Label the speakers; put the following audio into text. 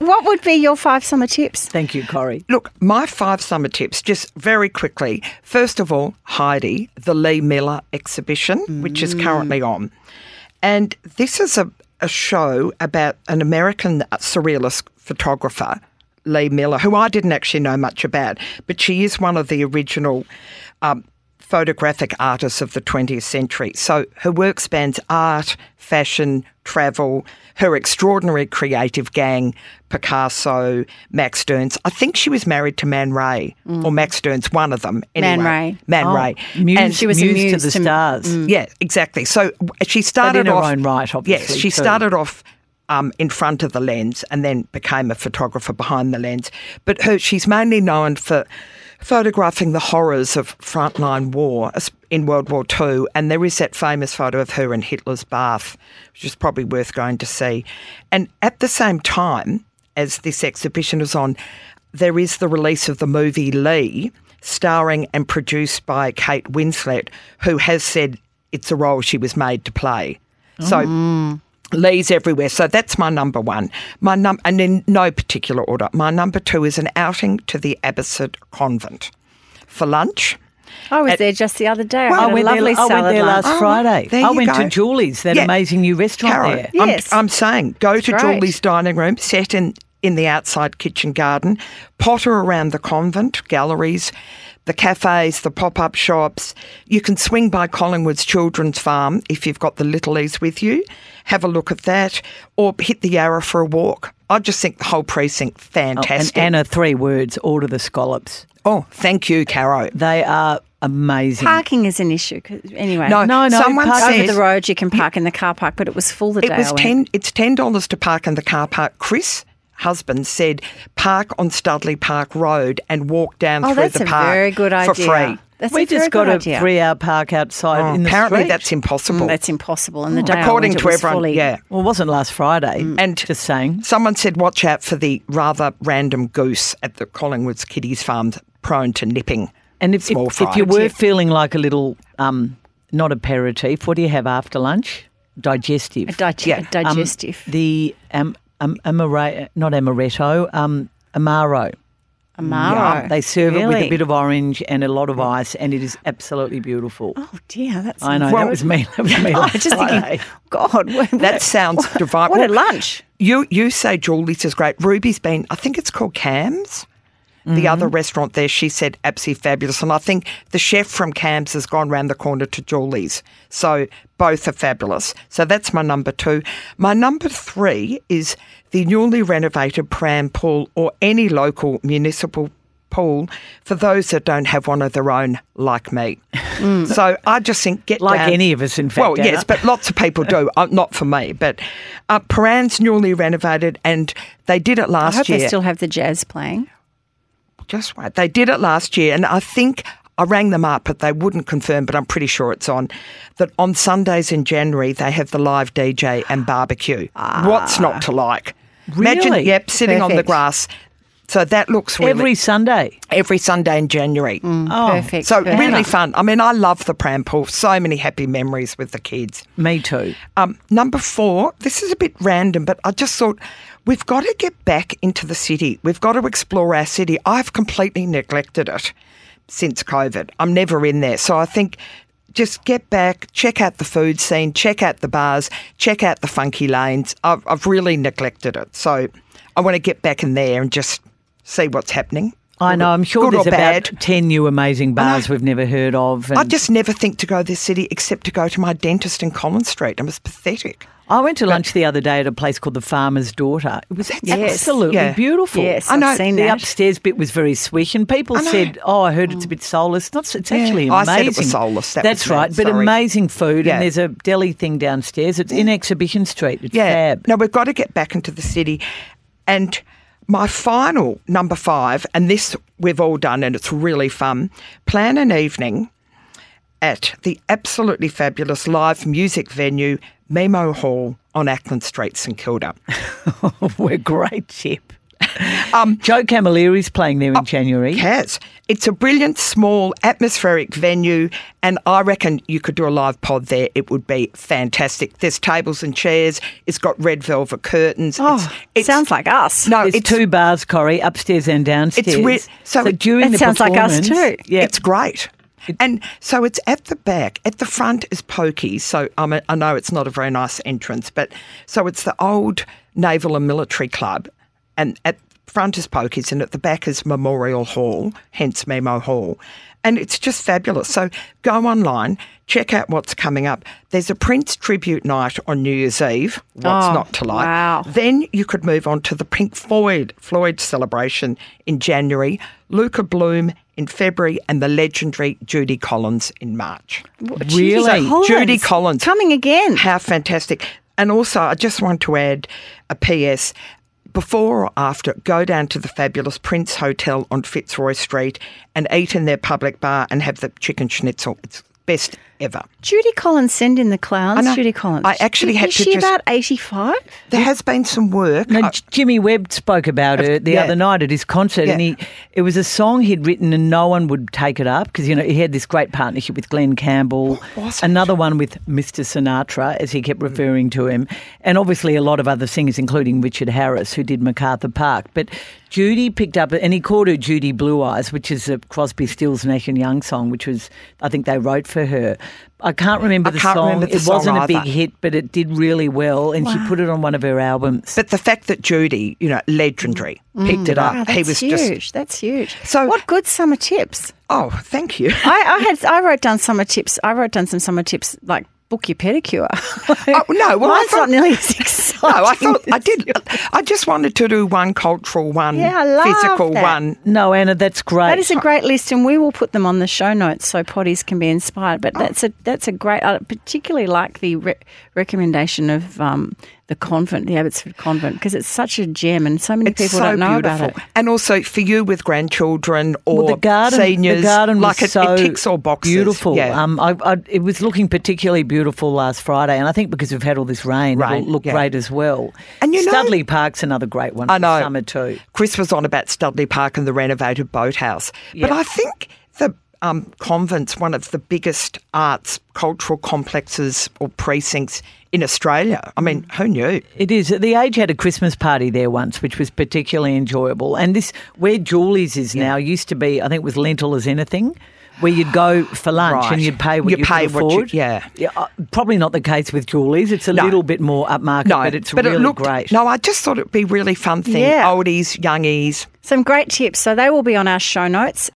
Speaker 1: what would be your five summer tips?
Speaker 2: Thank you, Corrie.
Speaker 3: Look, my five summer tips, just very quickly. First of all, Heidi, the Lee Miller exhibition, which is currently on. And this is a, a show about an American surrealist photographer, Lee Miller, who I didn't actually know much about, but she is one of the original um, photographic artists of the 20th century. So her work spans art, fashion, travel, her extraordinary creative gang, Picasso, Max Stearns. I think she was married to Man Ray, or Max Stearns, one of them. Anyway.
Speaker 1: Man Ray.
Speaker 3: Man
Speaker 2: Oh,
Speaker 3: Ray.
Speaker 2: Muse,
Speaker 3: And- Mm.
Speaker 1: She was
Speaker 2: muse to
Speaker 1: amused
Speaker 2: the
Speaker 1: to-
Speaker 2: stars.
Speaker 3: yeah, exactly. So w- she started
Speaker 2: in her
Speaker 3: off
Speaker 2: own right,
Speaker 3: Yes,
Speaker 2: obviously,
Speaker 3: she
Speaker 2: too.
Speaker 3: started off um, in front of the lens and then became a photographer behind the lens. But her, she's mainly known for photographing the horrors of frontline war as- in World War II. And there is that famous photo of her in Hitler's bath, which is probably worth going to see. And at the same time as this exhibition is on, there is the release of the movie Lee, starring and produced by Kate Winslet, who has said it's a role she was made to play. So Lee's everywhere. So that's my number one. My num- and in no particular order. My number two is an outing to the Abbasid convent for lunch.
Speaker 1: I was
Speaker 3: At-
Speaker 1: there just the other day.
Speaker 3: Well,
Speaker 1: I
Speaker 2: I
Speaker 1: had a
Speaker 2: went, there,
Speaker 1: lovely
Speaker 2: I went
Speaker 1: salad
Speaker 2: there
Speaker 1: lunch.
Speaker 2: last Friday.
Speaker 3: there
Speaker 2: I
Speaker 3: you
Speaker 2: went
Speaker 3: go.
Speaker 2: to Julie's, that
Speaker 3: Yeah.
Speaker 2: amazing new restaurant
Speaker 3: Carol,
Speaker 2: there.
Speaker 3: I'm,
Speaker 1: Yes.
Speaker 3: I'm saying go to
Speaker 1: great.
Speaker 3: Julie's dining room, set in, in the outside kitchen garden, potter around the convent, galleries, the cafes, the pop up shops. You can swing by Collingwood's Children's Farm if you've got the littlies with you, have a look at that, or hit the Yarra for a walk. I just think the whole precinct
Speaker 2: And
Speaker 3: fantastic.
Speaker 2: Oh, Anna, three words, order the scallops.
Speaker 3: oh, thank you, Caro.
Speaker 2: They are amazing.
Speaker 1: Oh, Parking is an issue. 'cause- Anyway,
Speaker 3: No,
Speaker 2: No, no,
Speaker 3: Someone
Speaker 2: park-
Speaker 3: said
Speaker 1: over the road you can park in the car park, but it was full the day.
Speaker 3: It was
Speaker 1: I went.
Speaker 3: ten. It's ten dollars to park in the car park. Chris, husband, said park on Studley Park Road and walk down
Speaker 1: Oh,
Speaker 3: through
Speaker 1: that's
Speaker 3: the
Speaker 1: a
Speaker 3: park
Speaker 1: very good idea.
Speaker 3: for free.
Speaker 1: That's
Speaker 2: we
Speaker 1: a very
Speaker 2: just got
Speaker 1: good
Speaker 2: a
Speaker 1: idea.
Speaker 2: three-hour park outside in the
Speaker 3: Oh, Apparently,
Speaker 2: street.
Speaker 3: that's impossible.
Speaker 1: Mm, That's impossible.
Speaker 2: Mm.
Speaker 1: And the day I
Speaker 3: according
Speaker 1: went, it
Speaker 3: to
Speaker 1: was
Speaker 3: everyone.
Speaker 1: fully-
Speaker 3: Yeah,
Speaker 2: well, it wasn't last Friday.
Speaker 3: and
Speaker 2: just saying.
Speaker 3: Someone said, watch out for the rather random goose at the Collingwood's Kiddies Farm, prone to nipping.
Speaker 2: And if,
Speaker 3: small
Speaker 2: if, if
Speaker 3: fry.
Speaker 2: you were feeling like a little, um, not aperitif, what do you have after lunch? Digestive.
Speaker 1: A dig-
Speaker 3: Yeah.
Speaker 1: a
Speaker 2: Um,
Speaker 1: digestive.
Speaker 2: the um, um, amare, not amaretto, um, amaro.
Speaker 1: Amaro.
Speaker 3: Oh,
Speaker 2: They serve it with
Speaker 1: Really?
Speaker 2: a bit of orange and a
Speaker 3: Mm.
Speaker 2: lot of ice, and it is absolutely beautiful.
Speaker 1: Oh dear, that's
Speaker 2: I know that was me. That was me.
Speaker 1: I'm Oh, just thinking, God, what,
Speaker 3: That sounds divine.
Speaker 1: what a
Speaker 3: Well,
Speaker 1: lunch!
Speaker 3: You you say Julie's is great. Ruby's been, I think it's called Cam's. The
Speaker 2: Mm.
Speaker 3: other restaurant there, she said, absolutely fabulous. And I think the chef from Cam's has gone round the corner to Julie's. So both are fabulous. So that's my number two. My number three is the newly renovated pram pool or any local municipal pool for those that don't have one of their own, like me. So I just think get
Speaker 2: Mm. Like
Speaker 3: down-
Speaker 2: any of us, in fact,
Speaker 3: Well, yes,
Speaker 2: Anna.
Speaker 3: but lots of people do. Uh, not for me, but uh, Paran's newly renovated, and they did it
Speaker 1: I
Speaker 3: last
Speaker 1: hope
Speaker 3: year.
Speaker 1: they still have the jazz playing.
Speaker 3: Just wait, they did it last year, and I think I rang them up, but they wouldn't confirm. But I'm pretty sure it's on. That on Sundays in January they have the live DJ and barbecue. What's not to like? Imagine,
Speaker 2: Really?
Speaker 3: yep, sitting on the
Speaker 1: Ah. Perfect.
Speaker 3: grass. So that looks really
Speaker 2: Every Sunday.
Speaker 3: every Sunday in January.
Speaker 2: Oh,
Speaker 1: Perfect.
Speaker 3: So
Speaker 1: perfect.
Speaker 3: really fun. I mean, I love the pram pool. So many happy memories with the kids.
Speaker 2: Me too.
Speaker 3: Um, number four, this is a bit random, but I just thought we've got to get back into the city. We've got to explore our city. I've completely neglected it since COVID. I'm never in there. So I think just get back, check out the food scene, check out the bars, check out the funky lanes. I've, I've really neglected it. So I want to get back in there and just see what's happening.
Speaker 2: I know. I'm sure
Speaker 3: good or
Speaker 2: there's about
Speaker 3: bad.
Speaker 2: ten new amazing bars we've never heard of.
Speaker 3: I
Speaker 2: and-
Speaker 3: just never think to go to this city except to go to my dentist in Common Street. I was pathetic.
Speaker 2: I went to lunch the other day at a place called The Farmer's Daughter. It was
Speaker 3: yes.
Speaker 2: absolutely
Speaker 3: Yeah.
Speaker 2: beautiful.
Speaker 1: Yes,
Speaker 3: I
Speaker 1: I've
Speaker 3: know,
Speaker 1: seen
Speaker 2: The
Speaker 1: that.
Speaker 2: upstairs bit was very swish, and people
Speaker 3: I know.
Speaker 2: said, "Oh, I heard it's a bit soulless." Not, it's actually amazing.
Speaker 3: I said it was soulless, that
Speaker 2: That's
Speaker 3: was me,
Speaker 2: right, but
Speaker 3: sorry.
Speaker 2: amazing food.
Speaker 3: Yeah.
Speaker 2: And there's a deli thing downstairs. It's in Exhibition Street. It's
Speaker 3: Yeah.
Speaker 2: fab.
Speaker 3: No, we've got to get back into the city. And my final number five, and this we've all done and it's really fun, plan an evening at the absolutely fabulous live music venue, Memo Hall on Ackland Street, St Kilda.
Speaker 2: We're great, Chip.
Speaker 3: Um,
Speaker 2: Joe Camilleri's playing
Speaker 1: Oh,
Speaker 2: there in January.
Speaker 3: has. It's a brilliant, small, atmospheric venue, and I reckon you could do a live pod there. It would be fantastic. There's tables and chairs. It's got red velvet curtains.
Speaker 1: Oh,
Speaker 3: it's, it's,
Speaker 1: sounds like us.
Speaker 3: no,
Speaker 2: There's
Speaker 3: it's
Speaker 2: two bars, Corrie, upstairs and downstairs.
Speaker 3: re- so it-
Speaker 2: during
Speaker 1: That
Speaker 2: the
Speaker 1: sounds like us
Speaker 2: performance-
Speaker 1: too.
Speaker 2: Yeah,
Speaker 3: It's great. And so it's at the back. At the front is pokey. So I, mean, I know it's not a very nice entrance, but so it's the old Naval and Military Club. And at front is pokey's and at the back is Memorial Hall, hence Memo Hall. And it's just fabulous. So go online, check out what's coming up. There's a Prince tribute night on New Year's Eve. What's
Speaker 1: Oh,
Speaker 3: not to like?
Speaker 1: wow.
Speaker 3: Then you could move on to the Pink Floyd Floyd celebration in January, Luca Bloom in February, and the legendary Judy Collins in March.
Speaker 2: Really?
Speaker 1: Collins.
Speaker 3: Judy Collins.
Speaker 1: coming again.
Speaker 3: How fantastic. And also, I just want to add a PS. Before or after, go down to the fabulous Prince Hotel on Fitzroy Street and eat in their public bar and have the chicken schnitzel. It's best ever.
Speaker 1: Judy Collins, send in the clowns.
Speaker 3: know.
Speaker 1: Judy Collins.
Speaker 3: I actually
Speaker 1: is,
Speaker 3: had
Speaker 1: is
Speaker 3: to
Speaker 1: she
Speaker 3: just- Uh,
Speaker 1: about eighty-five?
Speaker 3: There has been some work.
Speaker 2: No,
Speaker 3: I-
Speaker 2: J- Jimmy Webb spoke about it the
Speaker 3: yeah.
Speaker 2: other night at his concert, and
Speaker 3: Yeah.
Speaker 2: he it was a song he'd written, and no one would take it up because you know he had this great partnership with Glenn Campbell,
Speaker 3: was it?
Speaker 2: another one with Mr. Sinatra, as he kept referring to him, and obviously a lot of other singers, including Richard Harris, who did Macarthur Park. But Judy picked up, and he called her Judy Blue Eyes, which is a Crosby, Stills, Nash and Young song, which was I think they wrote for her. I can't remember
Speaker 3: I
Speaker 2: the
Speaker 3: can't
Speaker 2: song.
Speaker 3: remember the
Speaker 2: it
Speaker 3: song
Speaker 2: wasn't a big
Speaker 3: either.
Speaker 2: hit, but it did really well, and she put it on one of her albums.
Speaker 3: But the fact that Judy, you know, legendary, picked it up,
Speaker 1: Mm. Wow, Oh, that's
Speaker 3: he was
Speaker 1: huge.
Speaker 3: just,
Speaker 1: that's huge.
Speaker 3: So-
Speaker 1: what good summer tips?
Speaker 3: oh, thank you.
Speaker 1: I, I had I wrote down summer tips. I wrote down some summer tips like book your pedicure.
Speaker 3: Oh, no, well, I
Speaker 1: mine's
Speaker 3: thought-
Speaker 1: not nearly as exciting.
Speaker 3: No, Oh, I thought I
Speaker 1: as
Speaker 3: did. I just wanted to do one cultural, one
Speaker 1: Yeah, I love
Speaker 3: physical,
Speaker 1: that.
Speaker 3: one.
Speaker 2: No, Anna, that's great.
Speaker 1: That is a great list, and we will put them on the show notes so potties can be inspired.
Speaker 3: Oh.
Speaker 1: But that's a that's a great. I particularly like the re- recommendation of um, the convent, the Abbotsford Convent, because it's such a gem, and so many
Speaker 3: It's
Speaker 1: people
Speaker 3: so
Speaker 1: don't know
Speaker 3: beautiful,
Speaker 1: about it.
Speaker 3: and also for you with grandchildren or
Speaker 2: Well, the garden,
Speaker 3: seniors,
Speaker 2: the garden
Speaker 3: like
Speaker 2: was
Speaker 3: it,
Speaker 2: so
Speaker 3: it ticks all boxes.
Speaker 2: beautiful.
Speaker 3: Yeah.
Speaker 2: Um, I, I, it was looking particularly beautiful last Friday, and I think because we've had all this rain,
Speaker 3: Rain,
Speaker 2: it'll look
Speaker 3: yeah.
Speaker 2: great as well.
Speaker 3: And you know-
Speaker 2: Studley Park's another great one.
Speaker 3: I
Speaker 2: for
Speaker 3: know.
Speaker 2: summer too.
Speaker 3: Chris was on about Studley Park and the renovated boathouse, but I think the um, convent's one of the biggest arts cultural complexes or precincts in Australia. I mean, who knew?
Speaker 2: It is. The Age had a Christmas party there once, which was particularly enjoyable. And this, where Julie's is now, used to be, I think it was lentil as anything, where you'd go for lunch
Speaker 3: Right.
Speaker 2: and you'd pay what
Speaker 3: You
Speaker 2: you,
Speaker 3: pay
Speaker 2: could
Speaker 3: what you-
Speaker 2: afford.
Speaker 3: yeah.
Speaker 2: uh, probably not the case with Julie's. It's a
Speaker 3: No.
Speaker 2: little bit more upmarket,
Speaker 3: No,
Speaker 2: but it's really
Speaker 3: it looked,
Speaker 2: great.
Speaker 3: No, I just thought it'd be a really fun thing.
Speaker 1: Yeah.
Speaker 3: Oldies, youngies,
Speaker 1: Some great tips. So they will be on our show notes.